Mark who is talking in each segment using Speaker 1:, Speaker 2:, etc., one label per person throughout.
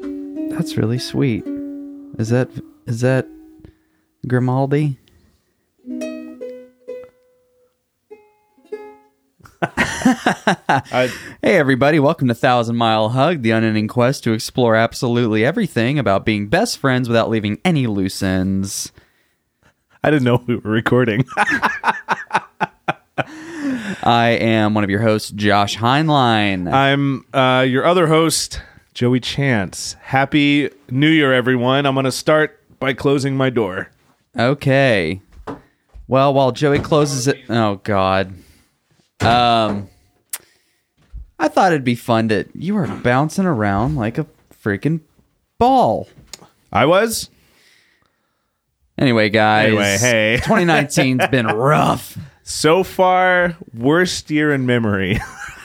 Speaker 1: That's really sweet. Is that is that Grimaldi?
Speaker 2: I,
Speaker 1: Hey everybody, welcome to Thousand Mile Hug, the unending quest to explore absolutely everything about being best friends without leaving any loose ends.
Speaker 2: I didn't know we were recording.
Speaker 1: I am one of your hosts, Josh Heinlein.
Speaker 2: I'm uh, your other host, Joey Chance. Happy New Year, everyone. I'm going to start by closing my door.
Speaker 1: Okay. Well, while Joey closes it, oh god. Um, I thought it'd be fun to you were bouncing around like a freaking ball.
Speaker 2: I was.
Speaker 1: Anyway, guys.
Speaker 2: Anyway, hey.
Speaker 1: 2019's been rough.
Speaker 2: So far, worst year in memory.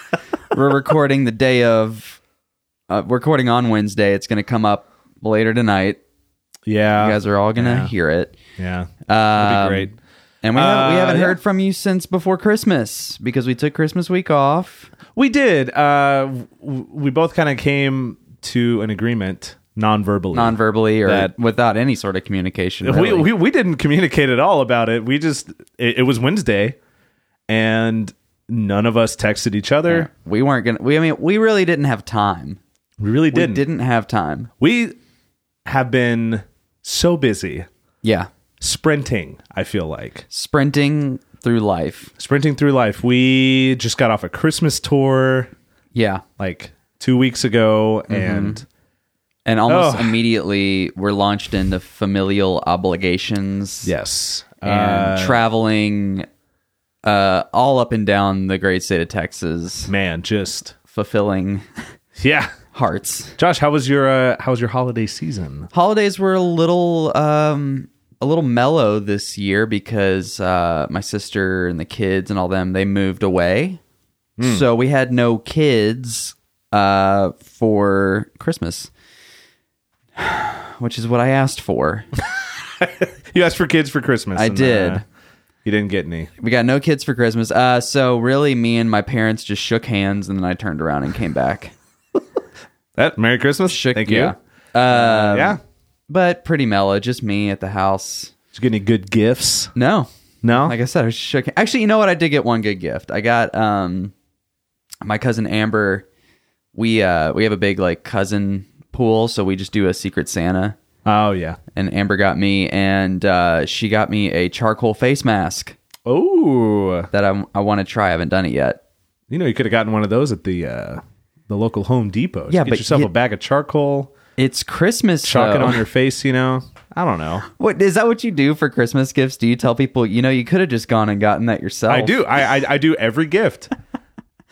Speaker 1: We're recording the day of. Uh, we're recording on Wednesday. It's going to come up later tonight.
Speaker 2: yeah.
Speaker 1: You guys are all going to
Speaker 2: yeah.
Speaker 1: hear it.
Speaker 2: Yeah.
Speaker 1: Um,
Speaker 2: That'd be great.
Speaker 1: And we, haven't- we
Speaker 2: Uh,
Speaker 1: haven't
Speaker 2: yeah.
Speaker 1: heard from you since before Christmas because we took Christmas week off.
Speaker 2: We did. Uh, w- we both kind of came to an agreement non-verbally.
Speaker 1: non-verbally or
Speaker 2: That-
Speaker 1: without any sort of communication.
Speaker 2: we,
Speaker 1: really.
Speaker 2: we we didn't communicate at all about it. We just it, it was Wednesday, and none of us texted each other.
Speaker 1: We weren't gonna. We I mean, we really didn't have time.
Speaker 2: We really
Speaker 1: We
Speaker 2: didn't.
Speaker 1: didn't have time.
Speaker 2: We have been so busy
Speaker 1: Yeah,
Speaker 2: sprinting. I feel like
Speaker 1: sprinting through life.
Speaker 2: sprinting through life. We just got off a Christmas tour
Speaker 1: Yeah,
Speaker 2: like two weeks ago, and
Speaker 1: and almost
Speaker 2: Oh.
Speaker 1: immediately we're launched into familial obligations.
Speaker 2: yes,
Speaker 1: and
Speaker 2: Uh,
Speaker 1: traveling. Uh, all up and down the great state of Texas,
Speaker 2: man, just
Speaker 1: fulfilling
Speaker 2: yeah.
Speaker 1: hearts.
Speaker 2: Josh, how was your uh, how was your holiday season?
Speaker 1: holidays were a little um a little mellow this year because uh my sister and the kids and all them they moved away
Speaker 2: Hmm.
Speaker 1: so we had no kids uh for christmas which is what i asked for
Speaker 2: You asked for kids for Christmas. uh,
Speaker 1: I did.
Speaker 2: you didn't get any.
Speaker 1: we got no kids for christmas uh so really me and my parents just shook hands and then i turned around and came back
Speaker 2: That Eh, Merry Christmas.
Speaker 1: shook
Speaker 2: Thank you.
Speaker 1: yeah.
Speaker 2: Uh, yeah.
Speaker 1: but pretty mellow just me at the house
Speaker 2: Did you get any good gifts?
Speaker 1: no
Speaker 2: No.
Speaker 1: like I said, I was shook. Actually, you know what? I did get one good gift. I got um my cousin Amber. We uh we have a big like cousin pool, so we just do a secret Santa.
Speaker 2: oh yeah.
Speaker 1: And Amber got me, and uh, she got me a charcoal face mask
Speaker 2: Oh,
Speaker 1: that I, I want to try. I haven't done it yet.
Speaker 2: you know you could have gotten one of those at the uh, the local Home Depot. Just
Speaker 1: Yeah,
Speaker 2: get
Speaker 1: but
Speaker 2: yourself
Speaker 1: you-
Speaker 2: a bag of charcoal,
Speaker 1: It's Christmas.
Speaker 2: chalk it
Speaker 1: though.
Speaker 2: on your face. You know, I don't know.
Speaker 1: What is that? What you do for Christmas gifts? Do you tell people? You know, you could have just gone and gotten that yourself.
Speaker 2: I do. I I, I do every gift.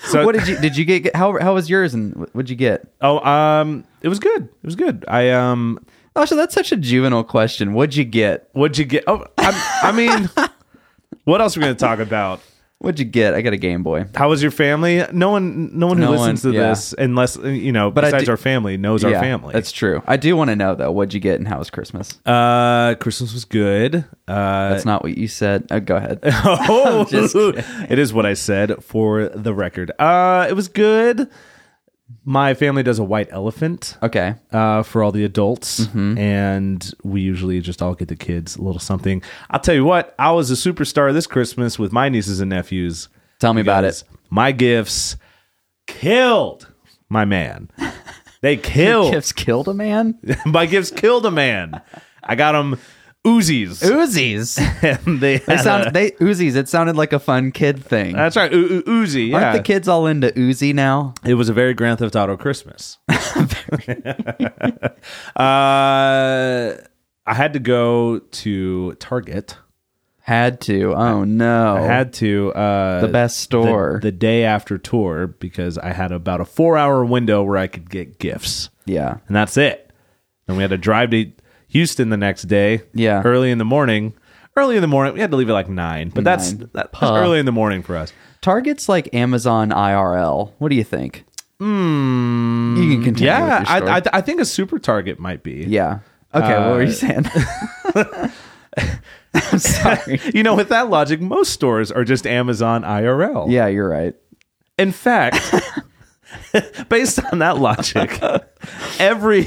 Speaker 2: So
Speaker 1: What did you did you get? How how was yours? And what- what'd you get?
Speaker 2: oh um, it was good. It was good. I um,
Speaker 1: Actually, that's such a juvenile question. What'd you get?
Speaker 2: what'd you get? Oh, I, I mean, what else are we gonna talk about?
Speaker 1: What'd you get? I got a Game Boy.
Speaker 2: How was your family? No one, no one who
Speaker 1: No
Speaker 2: listens
Speaker 1: one,
Speaker 2: to
Speaker 1: yeah.
Speaker 2: this, unless you know,
Speaker 1: I
Speaker 2: besides
Speaker 1: do-
Speaker 2: our family, knows our
Speaker 1: Yeah,
Speaker 2: family.
Speaker 1: That's true. I do want to know though, what'd you get and how was Christmas?
Speaker 2: uh, Christmas was good. Uh,
Speaker 1: That's not what you said. Oh, go ahead.
Speaker 2: Oh,
Speaker 1: just
Speaker 2: it is what I said for the record. Uh, it was good. My family does a white elephant
Speaker 1: Okay.
Speaker 2: uh, for all the adults,
Speaker 1: Mm-hmm.
Speaker 2: and we usually just all get the kids a little something. I'll tell you what, I was a superstar this Christmas with my nieces and nephews.
Speaker 1: Tell me about it.
Speaker 2: Because My gifts killed my man. They killed
Speaker 1: Gifts killed a man?
Speaker 2: my gifts killed a man. I got him Uzis.
Speaker 1: Uzis.
Speaker 2: And they
Speaker 1: They
Speaker 2: had a-
Speaker 1: sound they Uzis. It sounded like a fun kid thing.
Speaker 2: that's right, U- U- Uzi. Yeah.
Speaker 1: Aren't the kids all into Uzi now?
Speaker 2: It was a very Grand Theft Auto Christmas. uh, I had to go to Target.
Speaker 1: Had to. Oh no.
Speaker 2: I had to uh,
Speaker 1: the best store.
Speaker 2: the, the day after tour because I had about a four-hour window where I could get gifts,
Speaker 1: yeah.
Speaker 2: and that's it. Then we had to drive to Houston the next day.
Speaker 1: Yeah.
Speaker 2: early in the morning. Early in the morning, we had to leave at like nine, but that's
Speaker 1: Nine.
Speaker 2: that- that's early in the morning for us.
Speaker 1: Target's like Amazon IRL. What do you think? Hmm. You can continue.
Speaker 2: Yeah,
Speaker 1: with your story.
Speaker 2: I, I I think a super Target might be.
Speaker 1: yeah. Okay, what were you saying? Uh, I'm sorry.
Speaker 2: You know, with that logic, most stores are just Amazon IRL.
Speaker 1: Yeah, you're right.
Speaker 2: In fact, based on that logic, every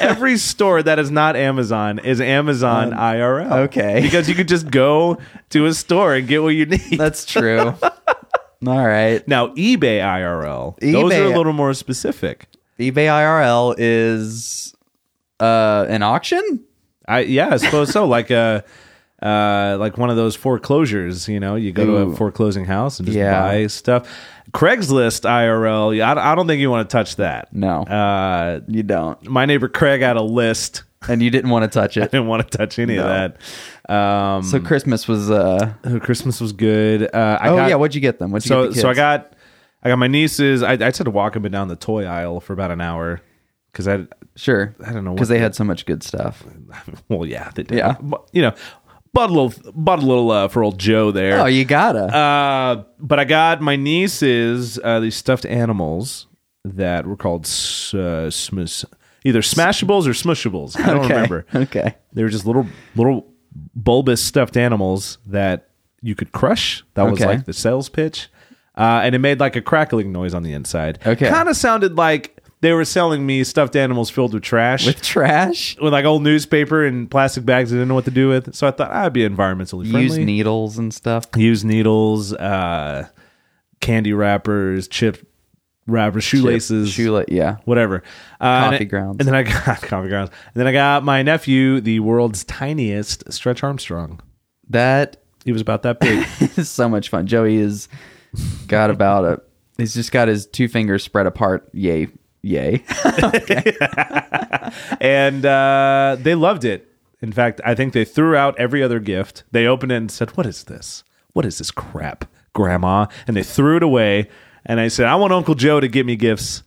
Speaker 2: every store that is not Amazon is Amazon IRL.
Speaker 1: Um, okay.
Speaker 2: because you could just go to a store and get what you need.
Speaker 1: That's true. All right.
Speaker 2: now eBay IRL, those are
Speaker 1: eBay-
Speaker 2: a little more specific.
Speaker 1: eBay IRL is uh, an auction.
Speaker 2: I yeah, I suppose so. Like a. Uh, like one of those foreclosures, you know, you go to a
Speaker 1: Ooh.
Speaker 2: foreclosing house and just
Speaker 1: Yeah.
Speaker 2: buy stuff. Craigslist IRL, I, I don't think you want to touch that.
Speaker 1: No,
Speaker 2: Uh,
Speaker 1: you don't,
Speaker 2: my neighbor Craig had a list.
Speaker 1: and you didn't want to touch it.
Speaker 2: Didn't want to touch any of that. Um,
Speaker 1: So Christmas was. Uh,
Speaker 2: Oh, Christmas was good. Uh, I
Speaker 1: oh
Speaker 2: got,
Speaker 1: yeah, what'd you get them? What'd you
Speaker 2: so
Speaker 1: get the
Speaker 2: so I
Speaker 1: kids?
Speaker 2: got I got my nieces. I, I just had to walk up and down the toy aisle for about an hour because I
Speaker 1: sure.
Speaker 2: I don't know what
Speaker 1: because they had so much good stuff.
Speaker 2: well yeah they did
Speaker 1: Yeah.
Speaker 2: But, you know but a little but a little uh, for old Joe there.
Speaker 1: Oh, you gotta.
Speaker 2: Uh, but I got my nieces uh, these stuffed animals that were called s- uh, smus, either smashables or smushables. I don't
Speaker 1: okay.
Speaker 2: remember.
Speaker 1: Okay.
Speaker 2: They were just little little bulbous stuffed animals that you could crush. That was
Speaker 1: Okay.
Speaker 2: like the sales pitch, uh, and it made like a crackling noise on the inside.
Speaker 1: Okay.
Speaker 2: kind of sounded like they were selling me stuffed animals filled with trash.
Speaker 1: With trash,
Speaker 2: with like old newspaper and plastic bags, I didn't know what to do with, so I thought I'd be environmentally friendly.
Speaker 1: use needles and stuff.
Speaker 2: Use needles, uh, candy wrappers, chip wrappers, shoelaces,
Speaker 1: shoelace. Yeah.
Speaker 2: whatever. Uh,
Speaker 1: Coffee
Speaker 2: and-
Speaker 1: grounds.
Speaker 2: And then I got coffee grounds. And then I got my nephew, the world's tiniest Stretch Armstrong.
Speaker 1: That
Speaker 2: He was about that big.
Speaker 1: is so much fun. Joey is got about a. He's just got his two fingers spread apart. Yay. Yay.
Speaker 2: and uh, they loved it. In fact, I think they threw out every other gift. They opened it and said, What is this? What is this crap, Grandma? And they threw it away. And I said, I want Uncle Joe to give me gifts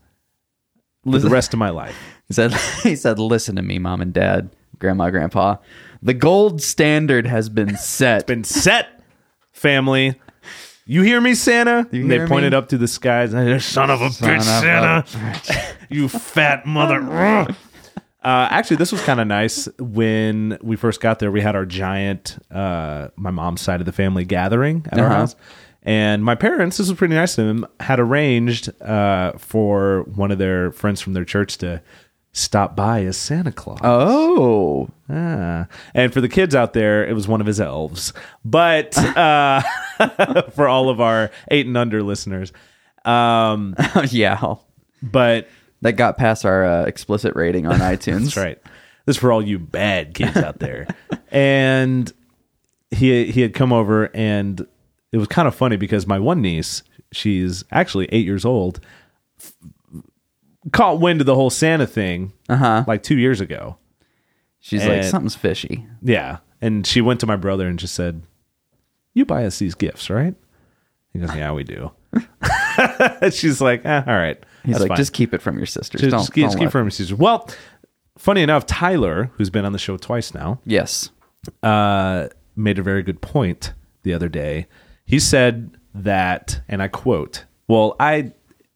Speaker 2: for the rest of my life.
Speaker 1: He said, he said, listen to me, mom and dad, grandma, grandpa. The gold standard has been set.
Speaker 2: been set, family. You hear me, Santa? And they
Speaker 1: hear me?
Speaker 2: pointed up to the skies. and I- Son of a bitch,
Speaker 1: of
Speaker 2: Santa! you fat mother! uh, actually, this was kind of nice. When we first got there, we had our giant, uh, my mom's side of the family gathering at our
Speaker 1: Uh-huh.
Speaker 2: house. And my parents, this was pretty nice of them, had arranged uh, for one of their friends from their church to stop by as Santa Claus.
Speaker 1: oh,
Speaker 2: Ah. And for the kids out there, it was one of his elves. But uh, for all of our eight and under listeners, um,
Speaker 1: yeah.
Speaker 2: but
Speaker 1: That got past our uh, explicit rating on iTunes.
Speaker 2: that's right. This is for all you bad kids out there. and he he had come over, and it was kind of funny because my one niece, she's actually eight years old, f- caught wind of the whole Santa thing
Speaker 1: Uh-huh.
Speaker 2: like two years ago.
Speaker 1: She's like,
Speaker 2: And-
Speaker 1: something's fishy.
Speaker 2: Yeah. And she went to my brother and just said, You buy us these gifts, right? He goes, Yeah, we do. She's like, eh, All right.
Speaker 1: He's
Speaker 2: that's
Speaker 1: like,
Speaker 2: fine."
Speaker 1: just keep it from your sisters.
Speaker 2: just,
Speaker 1: don't,
Speaker 2: just keep,
Speaker 1: don't
Speaker 2: just keep
Speaker 1: let-
Speaker 2: from your sisters. Well, funny enough, Tyler, who's been on the show twice now,
Speaker 1: Yes.
Speaker 2: uh, made a very good point the other day. He said that, and I quote, well, I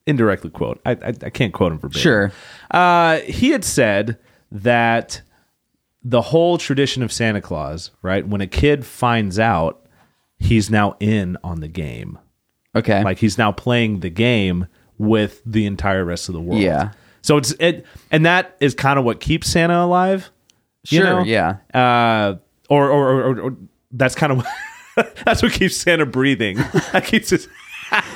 Speaker 2: indirectly quote, I, I, I can't quote him verbatim.
Speaker 1: Sure.
Speaker 2: Uh, he had said that the whole tradition of Santa Claus, right? When a kid finds out, he's now in on the game.
Speaker 1: Okay.
Speaker 2: Like he's now playing the game with the entire rest of the world.
Speaker 1: Yeah.
Speaker 2: So it's it, and that is kind of what keeps Santa alive. you
Speaker 1: Sure,
Speaker 2: know?
Speaker 1: yeah.
Speaker 2: Uh, or or, or, or, or that's kind of that's what keeps Santa breathing. That keeps his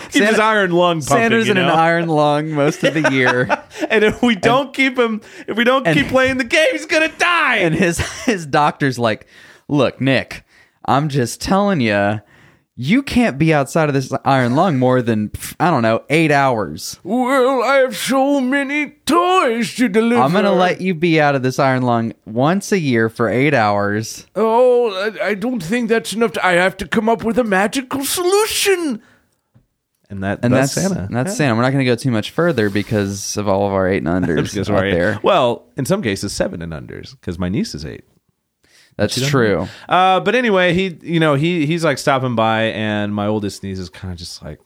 Speaker 2: keeps his
Speaker 1: Santa-
Speaker 2: iron lung pumping.
Speaker 1: Santa's
Speaker 2: you
Speaker 1: in an
Speaker 2: know?
Speaker 1: iron lung most of the year,
Speaker 2: And if we don't keep him, if we don't keep playing the game, he's gonna die.
Speaker 1: and his his doctor's like, "Look, Nick, I'm just telling you, you can't be outside of this iron lung more than pff, I don't know eight hours."
Speaker 2: well, I have so many toys to deliver.
Speaker 1: I'm gonna let you be out of this iron lung once a year for eight hours.
Speaker 2: Oh, I, I don't think that's enough. I have to come up with a magical solution. And that
Speaker 1: And
Speaker 2: that's,
Speaker 1: that's
Speaker 2: Santa.
Speaker 1: That's Santa. We're not gonna go too much further because of all of our eight and unders
Speaker 2: Because
Speaker 1: out
Speaker 2: we're eight-
Speaker 1: there.
Speaker 2: Well, in some cases, seven and unders, because my niece is eight.
Speaker 1: That's true.
Speaker 2: Uh, but anyway, he you know he he's like stopping by, and my oldest niece is kind of just like,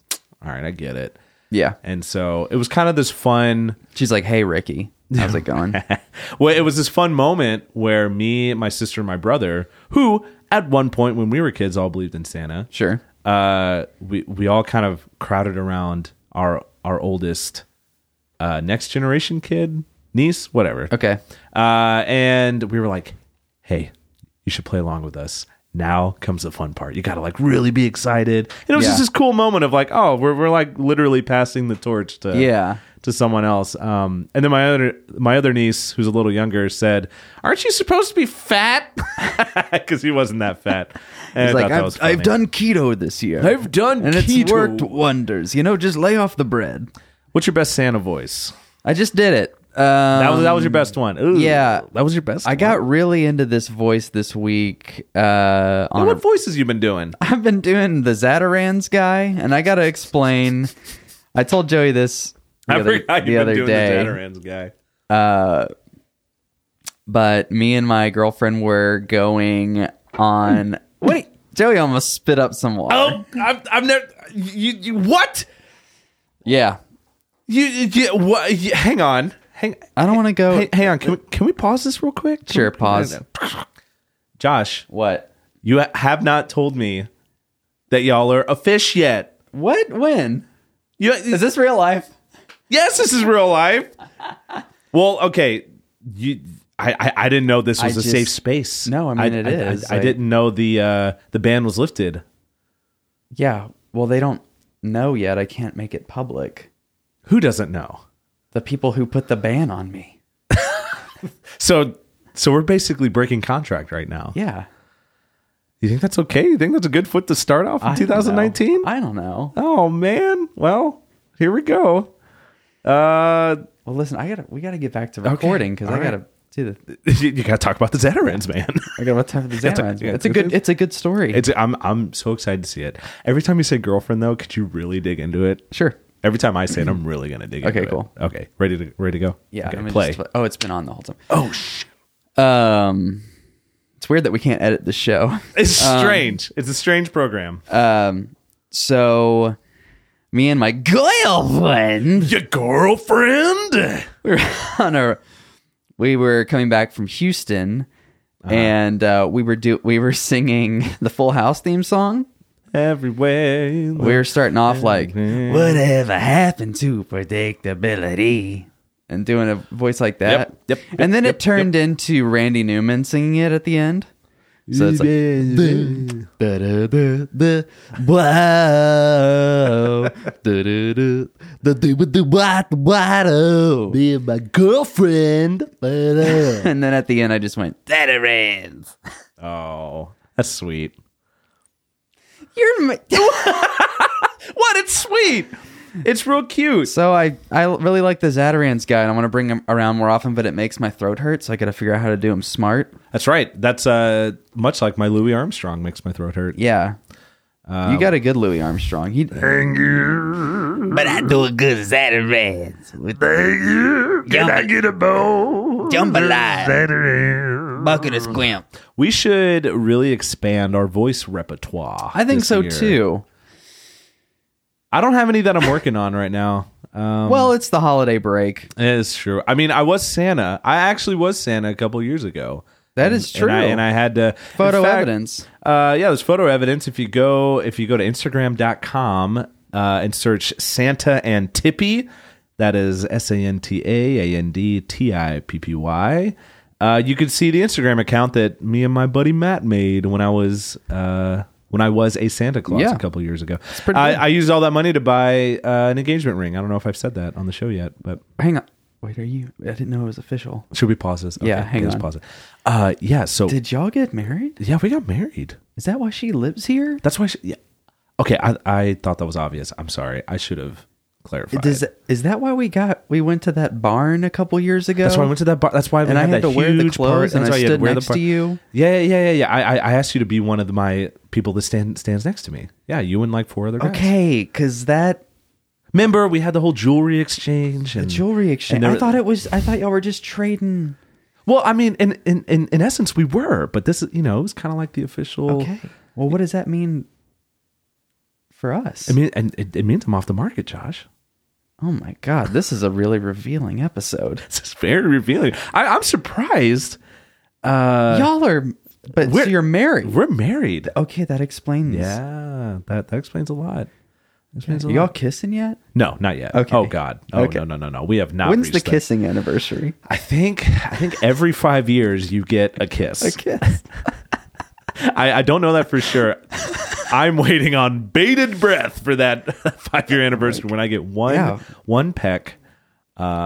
Speaker 2: all right, I get it.
Speaker 1: Yeah.
Speaker 2: And so it was kind of this fun.
Speaker 1: She's like, "Hey, Ricky, how's it going?"
Speaker 2: well, it was this fun moment where me, my sister, and my brother, who at one point when we were kids all believed in Santa,
Speaker 1: sure.
Speaker 2: uh, we we all kind of crowded around our our oldest uh, next generation kid niece, whatever.
Speaker 1: Okay.
Speaker 2: Uh, and we were like, hey, you should play along with us. Now comes the fun part. You got to like really be excited. And it was
Speaker 1: Yeah.
Speaker 2: just this cool moment of like, oh, we're, we're like literally passing the torch to
Speaker 1: Yeah.
Speaker 2: to someone else. Um, and then my other my other niece, who's a little younger, said, "Aren't you supposed to be fat?" Because he wasn't that fat. And
Speaker 1: He's
Speaker 2: I
Speaker 1: like,
Speaker 2: thought that was
Speaker 1: I've,
Speaker 2: funny.
Speaker 1: I've done keto this year.
Speaker 3: I've done
Speaker 1: and
Speaker 3: keto."
Speaker 1: it's worked wonders. You know, just lay off the bread.
Speaker 2: What's your best Santa voice?
Speaker 1: I just did it. Um,
Speaker 2: That was that was your best one. Ooh,
Speaker 1: yeah.
Speaker 2: that was your best.
Speaker 1: I got really into this voice this week. Uh, on
Speaker 2: One.
Speaker 1: a-
Speaker 2: What voices you been doing?
Speaker 1: I've been doing the Zatarans guy, and I gotta explain. I told Joey this the
Speaker 2: I
Speaker 1: other,
Speaker 2: forgot
Speaker 1: the
Speaker 2: you've
Speaker 1: other
Speaker 2: been doing
Speaker 1: day.
Speaker 2: the Zatarans guy.
Speaker 1: but me and my girlfriend were going on. Wait, Joey almost spit up some water.
Speaker 2: Oh, I'm, I'm never. You, you what?
Speaker 1: Yeah,
Speaker 2: You, you, you what? You, hang on, hang.
Speaker 1: I don't want to go.
Speaker 2: Hey, hang on, can we, can we pause this real quick? Can
Speaker 1: Sure,
Speaker 2: we-
Speaker 1: pause.
Speaker 2: Josh,
Speaker 1: What?
Speaker 2: You ha- have not told me that y'all are a fish yet.
Speaker 1: What? When?
Speaker 2: You,
Speaker 1: Is this real life?
Speaker 2: yes, this is real life. well, okay. You, I, I, I didn't know this was a
Speaker 1: just-
Speaker 2: safe space.
Speaker 1: No, I mean, it is,
Speaker 2: I,
Speaker 1: like-
Speaker 2: didn't know the uh, the ban was lifted.
Speaker 1: Yeah. Well, they don't know yet. I can't make it public.
Speaker 2: Who doesn't know?
Speaker 1: The people who put the ban on me.
Speaker 2: So, so we're basically breaking contract right now.
Speaker 1: Yeah.
Speaker 2: You think that's okay? You think that's a good foot to start off in
Speaker 1: I don't know.
Speaker 2: 2019?
Speaker 1: I don't know.
Speaker 2: Oh man. Well, here we go. Uh,
Speaker 1: Well, listen, I gotta. We gotta get back to recording because
Speaker 2: All
Speaker 1: I
Speaker 2: right.
Speaker 1: gotta do the.
Speaker 2: you, you got to talk about the Zatarans, man.
Speaker 1: I gotta time for the
Speaker 2: It's a-
Speaker 1: Xanax.
Speaker 2: yeah,
Speaker 1: It's a good. It's a good story.
Speaker 2: It's I'm I'm so excited to see it. Every time you say girlfriend though, could you really dig into it?
Speaker 1: sure.
Speaker 2: Every time I say it, I'm really gonna dig
Speaker 1: Okay,
Speaker 2: into
Speaker 1: cool.
Speaker 2: it. Okay, ready to ready to go?
Speaker 1: Yeah.
Speaker 2: Okay,
Speaker 1: let me
Speaker 2: play.
Speaker 1: just- oh, it's been on the whole time.
Speaker 2: oh sh-
Speaker 1: Um, it's weird that we can't edit the show.
Speaker 2: It's strange. It's a strange program.
Speaker 1: Um, so me and my girlfriend,
Speaker 2: Your girlfriend?
Speaker 1: we were on a, we were coming back from Houston,
Speaker 2: Uh-huh.
Speaker 1: and uh, we were do we were singing the Full House theme song.
Speaker 2: Everywhere.
Speaker 1: We were starting off like whatever happened to predictability. And doing a voice like that,
Speaker 2: Yep, yep, yep,
Speaker 1: and then
Speaker 2: yep,
Speaker 1: it turned into Randy Newman singing it at the end. So it's like, and
Speaker 2: be my girlfriend.
Speaker 1: then at the end, I just went, Veterans!
Speaker 2: Oh, that's sweet.
Speaker 1: You're my.
Speaker 2: What? It's sweet. It's real cute.
Speaker 1: so I, I really like the Zatarans guy, and I want to bring him around more often, but it makes my throat hurt, so I got to figure out how to do him smart.
Speaker 2: That's right. That's uh much like my Louis Armstrong makes my throat hurt.
Speaker 1: Yeah. you
Speaker 2: Um,
Speaker 1: got a good Louis Armstrong. He,
Speaker 3: But I do a good Zatarans. With Can I get a bowl? Jambalaya. Bucket of squimp.
Speaker 2: We should really expand our voice repertoire.
Speaker 1: I think
Speaker 2: this
Speaker 1: so
Speaker 2: year.
Speaker 1: too.
Speaker 2: I don't have any that I'm working on right now. Um,
Speaker 1: Well, it's the holiday break.
Speaker 2: it's true. I mean, I was Santa. I actually was Santa a couple years ago.
Speaker 1: That is true.
Speaker 2: And I, and I had to in
Speaker 1: Photo
Speaker 2: fact,
Speaker 1: evidence.
Speaker 2: Uh, yeah, there's photo evidence. If you go, if you go to Instagram.com uh, and search Santa and Tippy, that is S A N T A A N D T I P P Y. Uh, you can see the Instagram account that me and my buddy Matt made when I was uh, when I was a Santa Claus
Speaker 1: Yeah.
Speaker 2: a couple years ago.
Speaker 1: pretty
Speaker 2: I,
Speaker 1: good.
Speaker 2: I used all that money to buy uh, an engagement ring. I don't know if I've said that on the show yet, but
Speaker 1: Hang on. Wait, are you? I didn't know it was official.
Speaker 2: should we pause this?
Speaker 1: Yeah, hang
Speaker 2: let's
Speaker 1: on.
Speaker 2: Pause it. Uh, yeah. So
Speaker 1: Did y'all get married?
Speaker 2: yeah, we got married.
Speaker 1: Is that why she lives here?
Speaker 2: That's why. She, yeah. Okay, I, I thought that was obvious. I'm sorry. I should have clarified.
Speaker 1: Does is that why we got we went to that barn a couple years ago?
Speaker 2: that's why I went to that bar. That's why we
Speaker 1: And I
Speaker 2: had
Speaker 1: had
Speaker 2: that
Speaker 1: to wear the
Speaker 2: huge
Speaker 1: clothes
Speaker 2: party.
Speaker 1: and
Speaker 2: That's
Speaker 1: I
Speaker 2: why you had
Speaker 1: stood
Speaker 2: wear the
Speaker 1: next
Speaker 2: par-
Speaker 1: to you.
Speaker 2: Yeah, yeah, yeah, yeah, yeah. I, I I asked you to be one of the, my people that stand stands next to me. Yeah, you and like four other guys.
Speaker 1: Okay, because that
Speaker 2: Remember, we had the whole jewelry exchange and
Speaker 1: jewelry exchange.
Speaker 2: and there-
Speaker 1: I thought it was. I thought y'all were just trading.
Speaker 2: Well, I mean, in in in, in essence, we were, but this is you know it was kind of like the official.
Speaker 1: Okay. Well, what does that mean for us?
Speaker 2: I mean, and it, it means I'm off the market, Josh.
Speaker 1: oh my god, this is a really revealing episode.
Speaker 2: This is very revealing. I, I'm surprised.
Speaker 1: y'all are, but so
Speaker 2: Uh, we're-
Speaker 1: you're married.
Speaker 2: We're married.
Speaker 1: Okay, that explains.
Speaker 2: Yeah, that that explains a lot. This means a
Speaker 1: Are y'all
Speaker 2: lot.
Speaker 1: kissing yet?
Speaker 2: No, not yet.
Speaker 1: Okay.
Speaker 2: Oh God. Oh
Speaker 1: Okay.
Speaker 2: no no no no. We have not.
Speaker 1: When's
Speaker 2: reached
Speaker 1: the
Speaker 2: that.
Speaker 1: kissing anniversary?
Speaker 2: I think I think every five years you get a kiss.
Speaker 1: A kiss.
Speaker 2: I, I don't know that for sure. I'm waiting on bated breath for that five year anniversary when I get one
Speaker 1: Yeah.
Speaker 2: one peck uh,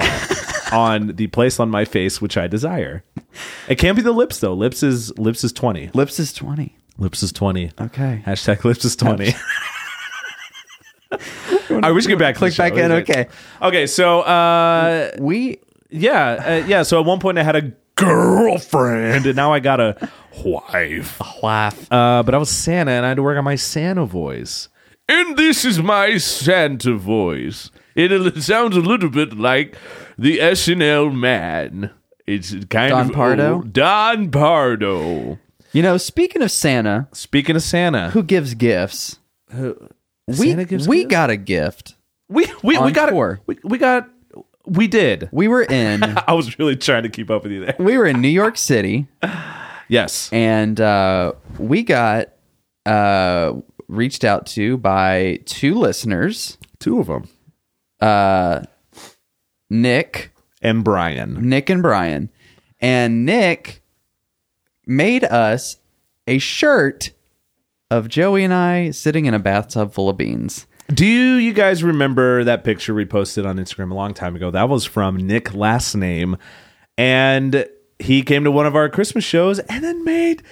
Speaker 2: on the place on my face which I desire. It can't be the lips though. Lips is lips is twenty.
Speaker 1: Lips is 20.
Speaker 2: Lips is twenty.
Speaker 1: Okay.
Speaker 2: Hashtag lips is twenty. I wish we could get back. to the
Speaker 1: Click
Speaker 2: show.
Speaker 1: back in, okay.
Speaker 2: Okay. So uh,
Speaker 1: We
Speaker 2: yeah, uh, yeah. So at one point I had a girlfriend, and now I got a wife.
Speaker 1: laugh.
Speaker 2: Uh, but I was Santa, and I had to work on my Santa voice. And this is my Santa voice. It, it sounds a little bit like the SNL man. It's kind
Speaker 1: Don
Speaker 2: of
Speaker 1: Pardo?
Speaker 2: old. Don Pardo.
Speaker 1: You know, speaking of Santa,
Speaker 2: Speaking of Santa,
Speaker 1: who gives gifts? we
Speaker 2: Santa gives
Speaker 1: we
Speaker 2: gifts?
Speaker 1: got a gift.
Speaker 2: we we, we
Speaker 1: on
Speaker 2: got
Speaker 1: tour.
Speaker 2: we, we got we did.
Speaker 1: We were in
Speaker 2: I was really trying to keep up with you there.
Speaker 1: we were in New York City
Speaker 2: Yes.
Speaker 1: and uh, we got uh, reached out to by two listeners,
Speaker 2: Two of them.
Speaker 1: Nick
Speaker 2: And Brian.
Speaker 1: Nick and Brian. And Nick made us a shirt of Joey and I sitting in a bathtub full of beans.
Speaker 2: Do you guys remember that picture we posted on Instagram a long time ago? That was from Nick last name. And he came to one of our Christmas shows and then made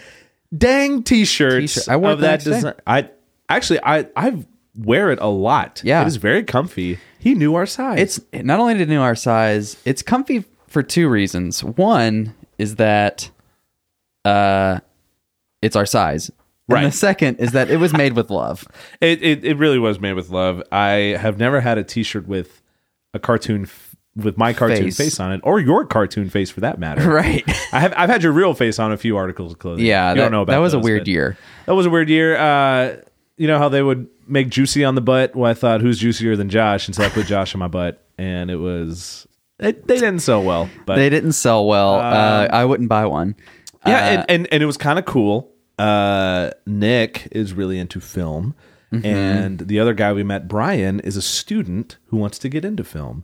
Speaker 2: dang t-shirts
Speaker 1: T-shirt. I wore it
Speaker 2: of
Speaker 1: the
Speaker 2: that
Speaker 1: next day.
Speaker 2: design. I actually I I wear it a lot.
Speaker 1: Yeah.
Speaker 2: It is very comfy. He knew our size.
Speaker 1: It's not only did it know our size, it's comfy for two reasons. One is that uh it's our size.
Speaker 2: Right.
Speaker 1: And the second is that it was made with love.
Speaker 2: It, it it really was made with love. I have never had a T-shirt with a cartoon f- with my cartoon
Speaker 1: Face.
Speaker 2: face. on it, or your cartoon face for that matter.
Speaker 1: Right.
Speaker 2: I have I've had your real face on a few articles of clothing.
Speaker 1: Yeah,
Speaker 2: you
Speaker 1: that,
Speaker 2: don't know about
Speaker 1: that was a
Speaker 2: those,
Speaker 1: weird
Speaker 2: but-
Speaker 1: year.
Speaker 2: That was a weird year. Uh, you know how they would make juicy on the butt. Well, I thought who's juicier than Josh, and so I put Josh on my butt, and it was it, they didn't sell well. But
Speaker 1: They didn't sell well. Uh, I wouldn't buy one. Uh,
Speaker 2: yeah, and, and and it was kind of cool. Uh, Nick is really into film,
Speaker 1: Mm-hmm.
Speaker 2: and the other guy we met, Brian, is a student who wants to get into film.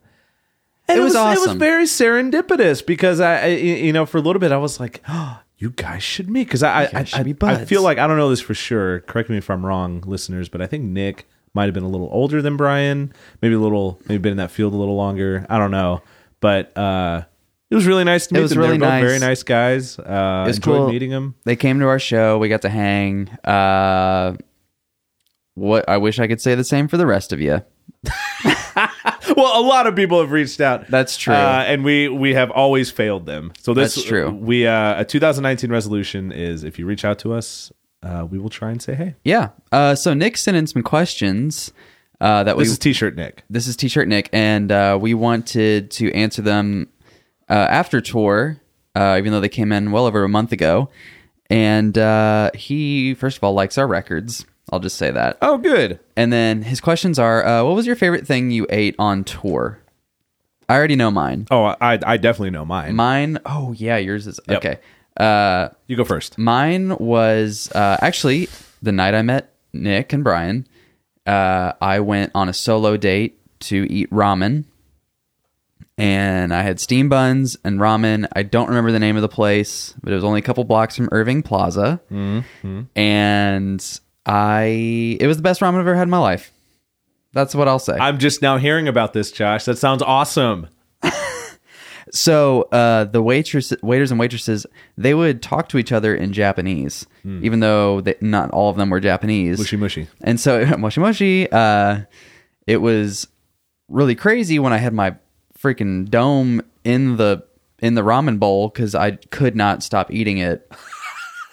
Speaker 2: And
Speaker 1: It was
Speaker 2: It was
Speaker 1: awesome.
Speaker 2: very serendipitous because I, I- you know, for a little bit I was like, oh, you guys should meet because I, I,
Speaker 1: guys should
Speaker 2: I,
Speaker 1: be
Speaker 2: I
Speaker 1: buds.
Speaker 2: feel like I don't know this for sure. Correct me if I'm wrong, listeners, but I think Nick might have been a little older than Brian, maybe a little, maybe been in that field a little longer. I don't know, but uh, it was really nice to meet
Speaker 1: was
Speaker 2: them.
Speaker 1: really
Speaker 2: They're both
Speaker 1: nice.
Speaker 2: very nice guys. Uh,
Speaker 1: It's
Speaker 2: enjoyed
Speaker 1: cool.
Speaker 2: meeting them.
Speaker 1: They came to our show. We got to hang. Uh, what I wish I could say the same for the rest of you.
Speaker 2: Well, a lot of people have reached out.
Speaker 1: That's true.
Speaker 2: uh, and we we have always failed them. So this,
Speaker 1: That's true.
Speaker 2: We uh, a 2019 resolution is if you reach out to us, uh, we will try and say hey.
Speaker 1: Yeah. Uh, so Nick sent in some questions uh, that
Speaker 2: This
Speaker 1: we
Speaker 2: is T-shirt Nick.
Speaker 1: this is T-shirt Nick, and uh, we wanted to answer them uh, after tour, uh, even though they came in well over a month ago. And uh, he, first of all, likes our records. I'll just say that.
Speaker 2: Oh, good.
Speaker 1: And then his questions are: uh, What was your favorite thing you ate on tour? I already know mine.
Speaker 2: Oh, I I definitely know mine.
Speaker 1: Mine. Oh yeah, yours is
Speaker 2: Yep.
Speaker 1: okay. Uh,
Speaker 2: you go first.
Speaker 1: mine was uh, actually the night I met Nick and Brian. Uh, I went on a solo date to eat ramen, and I had steam buns and ramen. I don't remember the name of the place, but it was only a couple blocks from Irving Plaza, and I it was the best ramen I've ever had in my life. That's what I'll say.
Speaker 2: I'm just now hearing about this, Josh. That sounds awesome.
Speaker 1: So uh, the waitress, waiters and waitresses, they would talk to each other in Japanese, even though they, not all of them were Japanese.
Speaker 2: Mushy mushy.
Speaker 1: And so moshi moshi, uh, it was really crazy when I had my freaking dome in the in the ramen bowl because I could not stop eating it.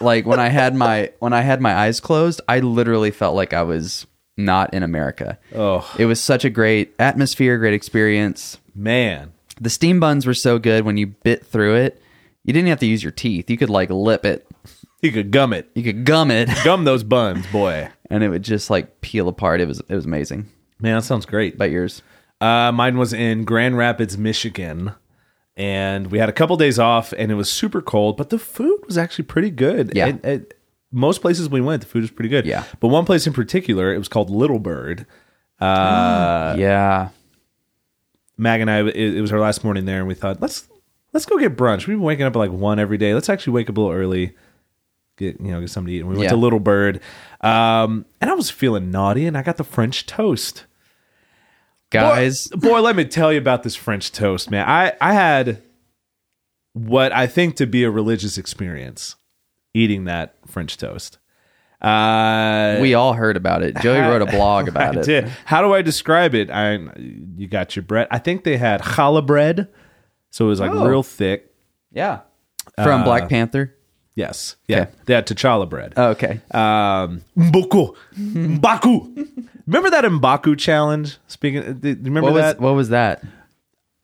Speaker 1: like when I had my when I had my eyes closed, I literally felt like I was not in America.
Speaker 2: Oh.
Speaker 1: It was such a great atmosphere, great experience
Speaker 2: Man,
Speaker 1: the steam buns were so good when you bit through it you didn't have to use your teeth you could like lip it
Speaker 2: you could gum it.
Speaker 1: you could gum it
Speaker 2: Gum those buns, boy.
Speaker 1: and it would just like peel apart it was it was amazing
Speaker 2: Man, that sounds great.
Speaker 1: about yours
Speaker 2: Uh, mine was in Grand Rapids, Michigan, and we had a couple days off, and it was super cold, but the food was actually pretty good.
Speaker 1: Yeah.
Speaker 2: It- it- most places we went, the food was pretty good.
Speaker 1: Yeah.
Speaker 2: But one place in particular, it was called Little Bird, Uh,
Speaker 1: yeah.
Speaker 2: Mag and I, it, it was our last morning there, and we thought let's let's go get brunch. We've been waking up at like one every day. Let's actually wake up a little early, get you know get something to eat. And we went
Speaker 1: Yeah.
Speaker 2: to Little Bird, um, and I was feeling naughty, and I got the French toast.
Speaker 1: Guys,
Speaker 2: boy, boy, let me tell you about this French toast, man. I I had what I think to be a religious experience eating that French toast. Uh,
Speaker 1: we all heard about it. Joey wrote a blog about
Speaker 2: I
Speaker 1: it.
Speaker 2: did. How do I describe it? I you got your bread. I think they had challah bread, so it was like
Speaker 1: Oh.
Speaker 2: real thick.
Speaker 1: Yeah.
Speaker 2: Uh,
Speaker 1: From Black Panther.
Speaker 2: Yes, yeah,
Speaker 1: Okay.
Speaker 2: they had t'challa bread.
Speaker 1: Oh, okay.
Speaker 2: Um, Mbaku, Mbaku. remember that Mbaku challenge? Speaking, uh, do you remember
Speaker 1: What was
Speaker 2: that?
Speaker 1: what was that?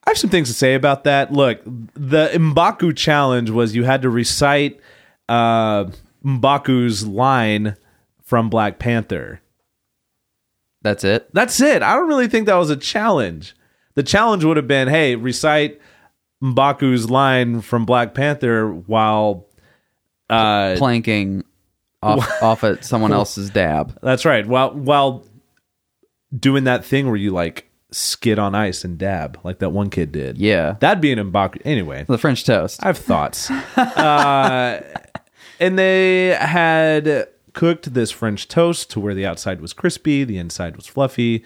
Speaker 2: I have some things to say about that. Look, the Mbaku challenge was you had to recite uh, Mbaku's line from Black Panther.
Speaker 1: That's it.
Speaker 2: That's it. I don't really think that was a challenge. The challenge would have been, hey, recite Mbaku's line from Black Panther while uh
Speaker 1: Planking off off at someone else's dab.
Speaker 2: that's right, while while doing that thing where you like skid on ice and dab, like that one kid did.
Speaker 1: Yeah.
Speaker 2: That'd be an Mbaku anyway.
Speaker 1: The French toast.
Speaker 2: I have thoughts. uh, and they had cooked this French toast to where the outside was crispy, the inside was fluffy.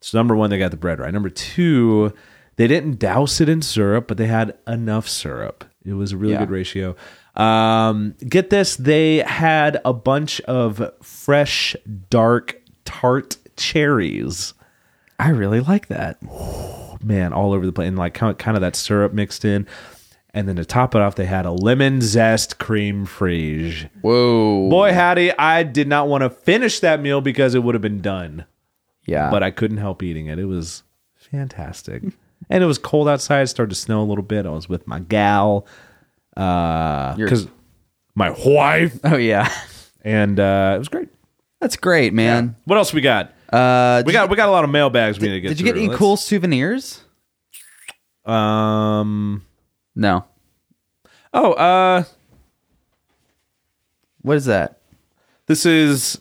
Speaker 2: So number one, they got the bread right. Number two, they didn't douse it in syrup, but they had enough syrup. It was a really
Speaker 1: Yeah.
Speaker 2: good ratio. Um, get this, they had a bunch of fresh, dark, tart cherries
Speaker 1: I really like that.
Speaker 2: man, all over the place, and like kind kind of that syrup mixed in. And then to top it off, they had a lemon zest cream frige.
Speaker 1: Whoa.
Speaker 2: Boy, howdy, I did not want to finish that meal because it would have been done,
Speaker 1: Yeah.
Speaker 2: but I couldn't help eating it. It was fantastic. and it was cold outside, it started to snow a little bit. I was with my gal,
Speaker 1: You're-
Speaker 2: because my wife,
Speaker 1: oh yeah.
Speaker 2: and uh, it was great.
Speaker 1: That's great, man.
Speaker 2: What else we got?
Speaker 1: Uh
Speaker 2: We got we got a lot of mailbags we need to get.
Speaker 1: Did you get
Speaker 2: through.
Speaker 1: any
Speaker 2: Let's-
Speaker 1: cool souvenirs?
Speaker 2: Um.
Speaker 1: No.
Speaker 2: Oh, uh,
Speaker 1: What is that?
Speaker 2: This is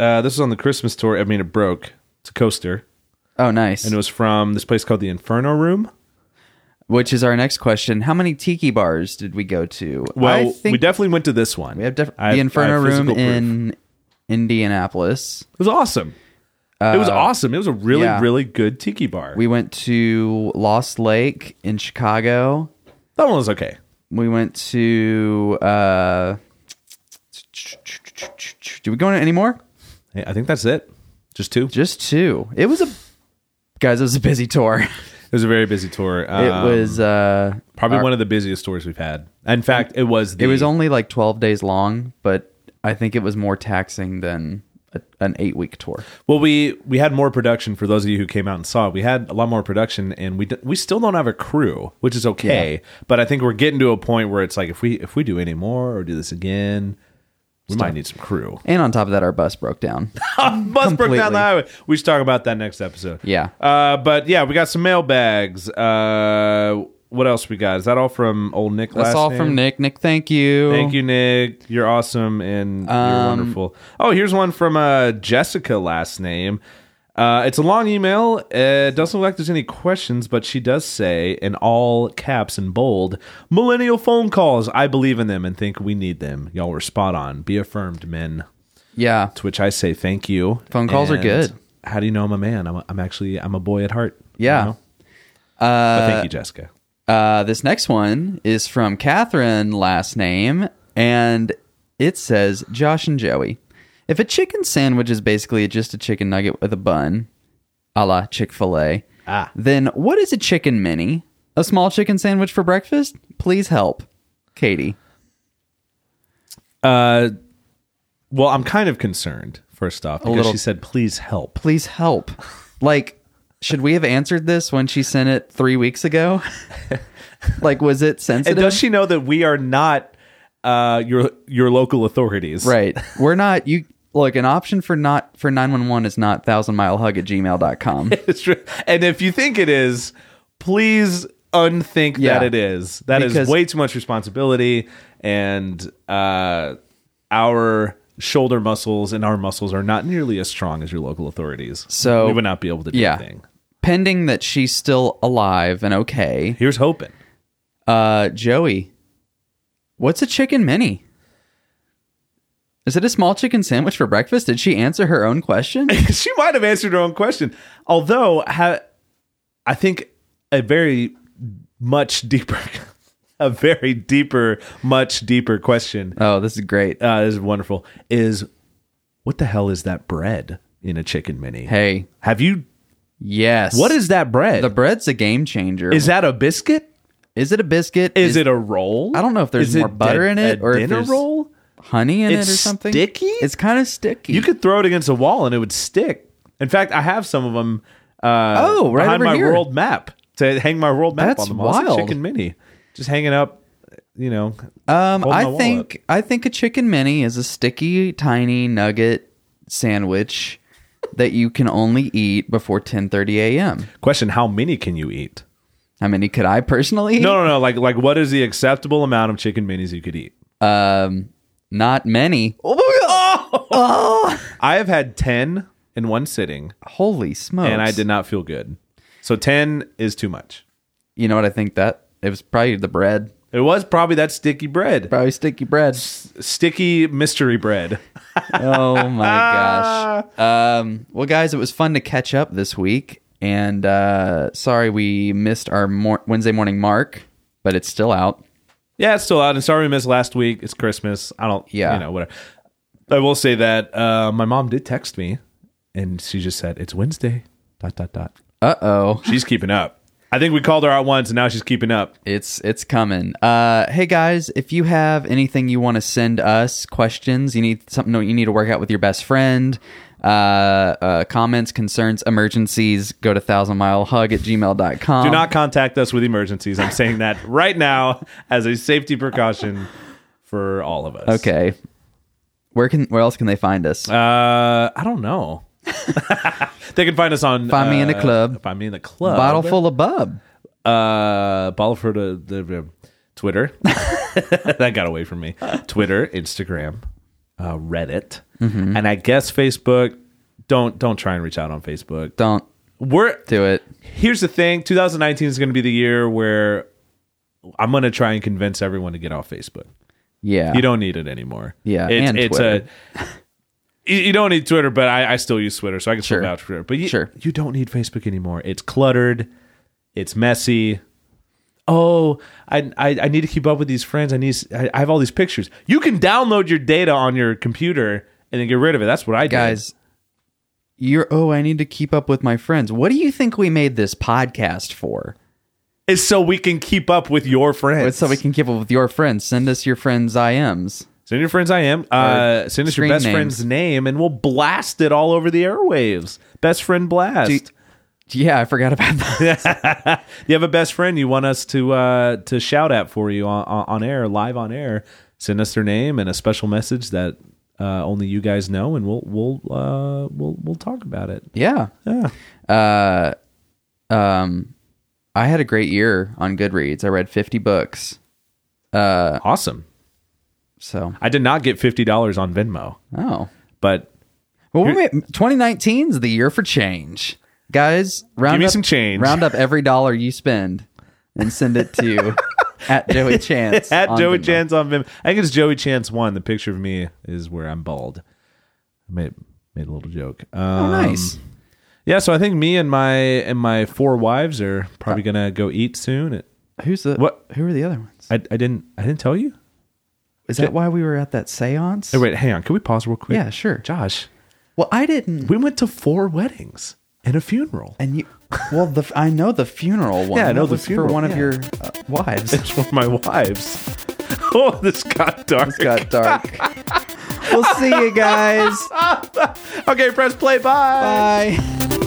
Speaker 2: uh, this was on the Christmas tour. I mean, it broke. It's a coaster,
Speaker 1: Oh, nice.
Speaker 2: and it was from this place called the Inferno Room.
Speaker 1: Which is our next question. How many tiki bars did we go to?
Speaker 2: Well,
Speaker 1: I think
Speaker 2: we definitely went to this one.
Speaker 1: we have def-
Speaker 2: I-
Speaker 1: the
Speaker 2: I
Speaker 1: Inferno
Speaker 2: have
Speaker 1: Room
Speaker 2: physical proof.
Speaker 1: in Indianapolis.
Speaker 2: It was awesome. it was awesome. It was a really,
Speaker 1: uh, yeah.
Speaker 2: really good tiki bar.
Speaker 1: We went to Lost Lake in Chicago.
Speaker 2: that one was okay.
Speaker 1: We went to. Uh, do we go to any more?
Speaker 2: Hey, I think that's it. Just two.
Speaker 1: Just two. It was a guys. It was a busy tour. It
Speaker 2: It was a very busy tour. It
Speaker 1: was. Uh,
Speaker 2: probably one of the busiest tours we've had. In fact, it was. The,
Speaker 1: it was only like twelve days long, but I think it was more taxing than a, an eight week tour.
Speaker 2: Well, we we had more production for those of you who came out and saw. it. We had a lot more production, and we d- we still don't have a crew, which is okay. But I think we're getting to a point where it's like if we if we do any more or do this again, we might need some crew.
Speaker 1: And on top of that, our bus broke down.
Speaker 2: Bus broke down
Speaker 1: Completely.
Speaker 2: the highway. We should talk about that next episode.
Speaker 1: Yeah.
Speaker 2: Uh, but yeah, we got some mailbags. Uh, what else we got? Is that all from old Nick?
Speaker 1: That's
Speaker 2: last
Speaker 1: all
Speaker 2: name?
Speaker 1: from Nick. Nick, thank you.
Speaker 2: Thank you, Nick. You're awesome and you're
Speaker 1: Um,
Speaker 2: wonderful. Oh, here's one from uh, Jessica, last name. Uh, it's a long email. Uh, It doesn't look like there's any questions, but she does say, in all caps and bold, millennial phone calls. I believe in them and think we need them. Y'all were spot on. Be affirmed, men.
Speaker 1: Yeah.
Speaker 2: To which I say thank you.
Speaker 1: Phone calls are
Speaker 2: And
Speaker 1: good.
Speaker 2: How do you know I'm a man? I'm, a, I'm actually I'm a boy at heart. you
Speaker 1: Yeah.
Speaker 2: know? But thank you, Jessica.
Speaker 1: Uh, this next one is from Catherine, last name, and it says Josh and Joey. If a chicken sandwich is basically just a chicken nugget with a bun, a la Chick fil A,
Speaker 2: Ah.
Speaker 1: then what is a chicken mini? A small chicken sandwich for breakfast? Please help. Katie.
Speaker 2: Uh, well, I'm kind of concerned. First off, because
Speaker 1: little.
Speaker 2: she said, "Please help."
Speaker 1: Please help. Like, should we have answered this when she sent it three weeks ago? like, was it sensitive?
Speaker 2: And does she know that we are not uh, your your local authorities?
Speaker 1: Right. We're not you look, an option for not for nine one one is not thousand mile hug at gmail.com.
Speaker 2: It's true. And if you think it is, please unthink
Speaker 1: Yeah.
Speaker 2: that it is. That is
Speaker 1: Because-
Speaker 2: way too much responsibility, and uh, our shoulder muscles and arm muscles are not nearly as strong as your local authorities.
Speaker 1: So-
Speaker 2: we would not be able to do
Speaker 1: yeah.
Speaker 2: anything.
Speaker 1: Pending that she's still alive and okay.
Speaker 2: Here's hoping.
Speaker 1: Uh, Joey, what's a chicken mini? Is it a small chicken sandwich for breakfast? Did she answer her own question?
Speaker 2: she might have answered her own question. Although, ha- I think a very much deeper, a very deeper, much deeper question
Speaker 1: Oh, this is great.
Speaker 2: uh, is wonderful. Is what the hell is that bread in a chicken mini?
Speaker 1: Hey,
Speaker 2: Have you?
Speaker 1: yes.
Speaker 2: What is that bread?
Speaker 1: the bread's a game changer?
Speaker 2: is that a biscuit?
Speaker 1: Is it a biscuit?
Speaker 2: Is, it a roll?
Speaker 1: I don't know if there's
Speaker 2: Is it
Speaker 1: more butter
Speaker 2: de-
Speaker 1: in it
Speaker 2: a
Speaker 1: or if
Speaker 2: dinner
Speaker 1: there's-
Speaker 2: roll.
Speaker 1: honey in
Speaker 2: It's
Speaker 1: it or something?
Speaker 2: sticky?
Speaker 1: It's kind of sticky.
Speaker 2: You could throw it against a wall and it would stick. In fact, I have some of them. Uh,
Speaker 1: Oh, right
Speaker 2: behind
Speaker 1: over
Speaker 2: my
Speaker 1: here.
Speaker 2: world map to hang my world map
Speaker 1: That's
Speaker 2: on the wall. It's a
Speaker 1: wild.
Speaker 2: Chicken mini, just hanging up. You know,
Speaker 1: um,
Speaker 2: Hold my
Speaker 1: I
Speaker 2: wallet.
Speaker 1: think I think a chicken mini is a sticky, tiny nugget sandwich that you can only eat before 10:30 a.m.
Speaker 2: question: How many can you eat?
Speaker 1: How many could I personally? eat?
Speaker 2: No, no, no. Like, like, what is the acceptable amount of chicken minis you could eat?
Speaker 1: Um, not many.
Speaker 2: Oh.
Speaker 1: Oh.
Speaker 2: I have had ten in one sitting,
Speaker 1: Holy smokes!
Speaker 2: and I did not feel good. So ten is too much.
Speaker 1: You know what I think that it was probably the bread,
Speaker 2: It was probably that sticky bread,
Speaker 1: probably sticky bread.
Speaker 2: sticky mystery bread.
Speaker 1: oh my gosh. Um, well, guys, it was fun to catch up this week, and uh, sorry we missed our mor- Wednesday morning mark, but it's still out.
Speaker 2: Yeah, it's still out. And sorry we missed last week. It's Christmas. I don't,
Speaker 1: Yeah.
Speaker 2: yeah. you know, whatever. I will say that uh, my mom did text me and she just said, it's Wednesday, dot, dot, dot.
Speaker 1: Uh oh.
Speaker 2: She's keeping up. I think we called her out once and now she's keeping up.
Speaker 1: It's it's coming. Uh, hey guys, if you have anything you want to send us, questions you need something that you need to work out with your best friend, uh, uh, comments, concerns, emergencies, go to thousandmilehug at gmail.com.
Speaker 2: Do not contact us with emergencies. I'm saying that right now as a safety precaution for all of us.
Speaker 1: Okay. Where can where else can they find us?
Speaker 2: Uh, I don't know. they can find us on
Speaker 1: Find me in the
Speaker 2: uh,
Speaker 1: club.
Speaker 2: Find me in the club.
Speaker 1: Bottle full of bub.
Speaker 2: uh follow for the, the, the twitter that got away from me twitter instagram uh reddit and i guess facebook don't don't try and reach out on facebook
Speaker 1: Don't
Speaker 2: we're
Speaker 1: do it.
Speaker 2: here's the thing 2019 is going to be the year where i'm going to try and convince everyone to get off facebook
Speaker 1: Yeah.
Speaker 2: you don't need it anymore
Speaker 1: Yeah,
Speaker 2: It's-
Speaker 1: and
Speaker 2: it's
Speaker 1: Twitter.
Speaker 2: a you- you don't need Twitter, but I, I still use Twitter, so I can
Speaker 1: Sure.
Speaker 2: still vouch for it. But you,
Speaker 1: Sure.
Speaker 2: you don't need Facebook anymore. It's cluttered. It's messy. Oh, I, I I need to keep up with these friends. I need s- I, I have all these pictures. You can download your data on your computer and then get rid of it. That's what I did.
Speaker 1: guys you're oh i need to keep up with my friends what do you think we made this podcast for
Speaker 2: It's so we can keep up with your friends.
Speaker 1: so we can keep up with your friends send us your friends ims
Speaker 2: send your friends. I am. Uh, send us your
Speaker 1: screen
Speaker 2: best
Speaker 1: names.
Speaker 2: friend's name, and we'll blast it all over the airwaves. Best friend blast.
Speaker 1: Do- yeah i forgot about that
Speaker 2: you have a best friend you want us to uh, to shout at for you on, on on air, live on air. Send us their name and a special message that uh, only you guys know, and we'll we'll uh, we'll we'll talk about it.
Speaker 1: yeah
Speaker 2: Yeah,
Speaker 1: um i had a great year on goodreads i read 50 books
Speaker 2: Uh, awesome.
Speaker 1: so
Speaker 2: I did not get fifty dollars on Venmo,
Speaker 1: oh
Speaker 2: but
Speaker 1: well we made, 2019's the year for change guys round
Speaker 2: Give me
Speaker 1: up,
Speaker 2: some change.
Speaker 1: round up every dollar you spend and send it to at joey chance
Speaker 2: at
Speaker 1: on
Speaker 2: Joey
Speaker 1: Venmo.
Speaker 2: Chance on Venmo. I think it's Joey Chance one. The picture of me is where I'm bald. I made made a little joke. Um,
Speaker 1: oh nice
Speaker 2: Yeah, so I think me and my and my four wives are probably gonna go eat soon.
Speaker 1: who's the
Speaker 2: Um, What-
Speaker 1: who are the other ones
Speaker 2: I, I didn't I didn't tell you.
Speaker 1: Is that why we were at that seance?
Speaker 2: Hey, Oh, wait, hang on. Can we pause real quick?
Speaker 1: Yeah, sure.
Speaker 2: Josh,
Speaker 1: Well, I didn't.
Speaker 2: we went to four weddings and a funeral.
Speaker 1: And you, well, the I know the funeral one.
Speaker 2: Yeah, I know
Speaker 1: That
Speaker 2: the
Speaker 1: was
Speaker 2: funeral,
Speaker 1: for one of
Speaker 2: yeah.
Speaker 1: your uh, wives.
Speaker 2: It's for my wives. Oh, this got dark.
Speaker 1: It got dark. we'll see you guys.
Speaker 2: Okay, press play. Bye.
Speaker 1: Bye.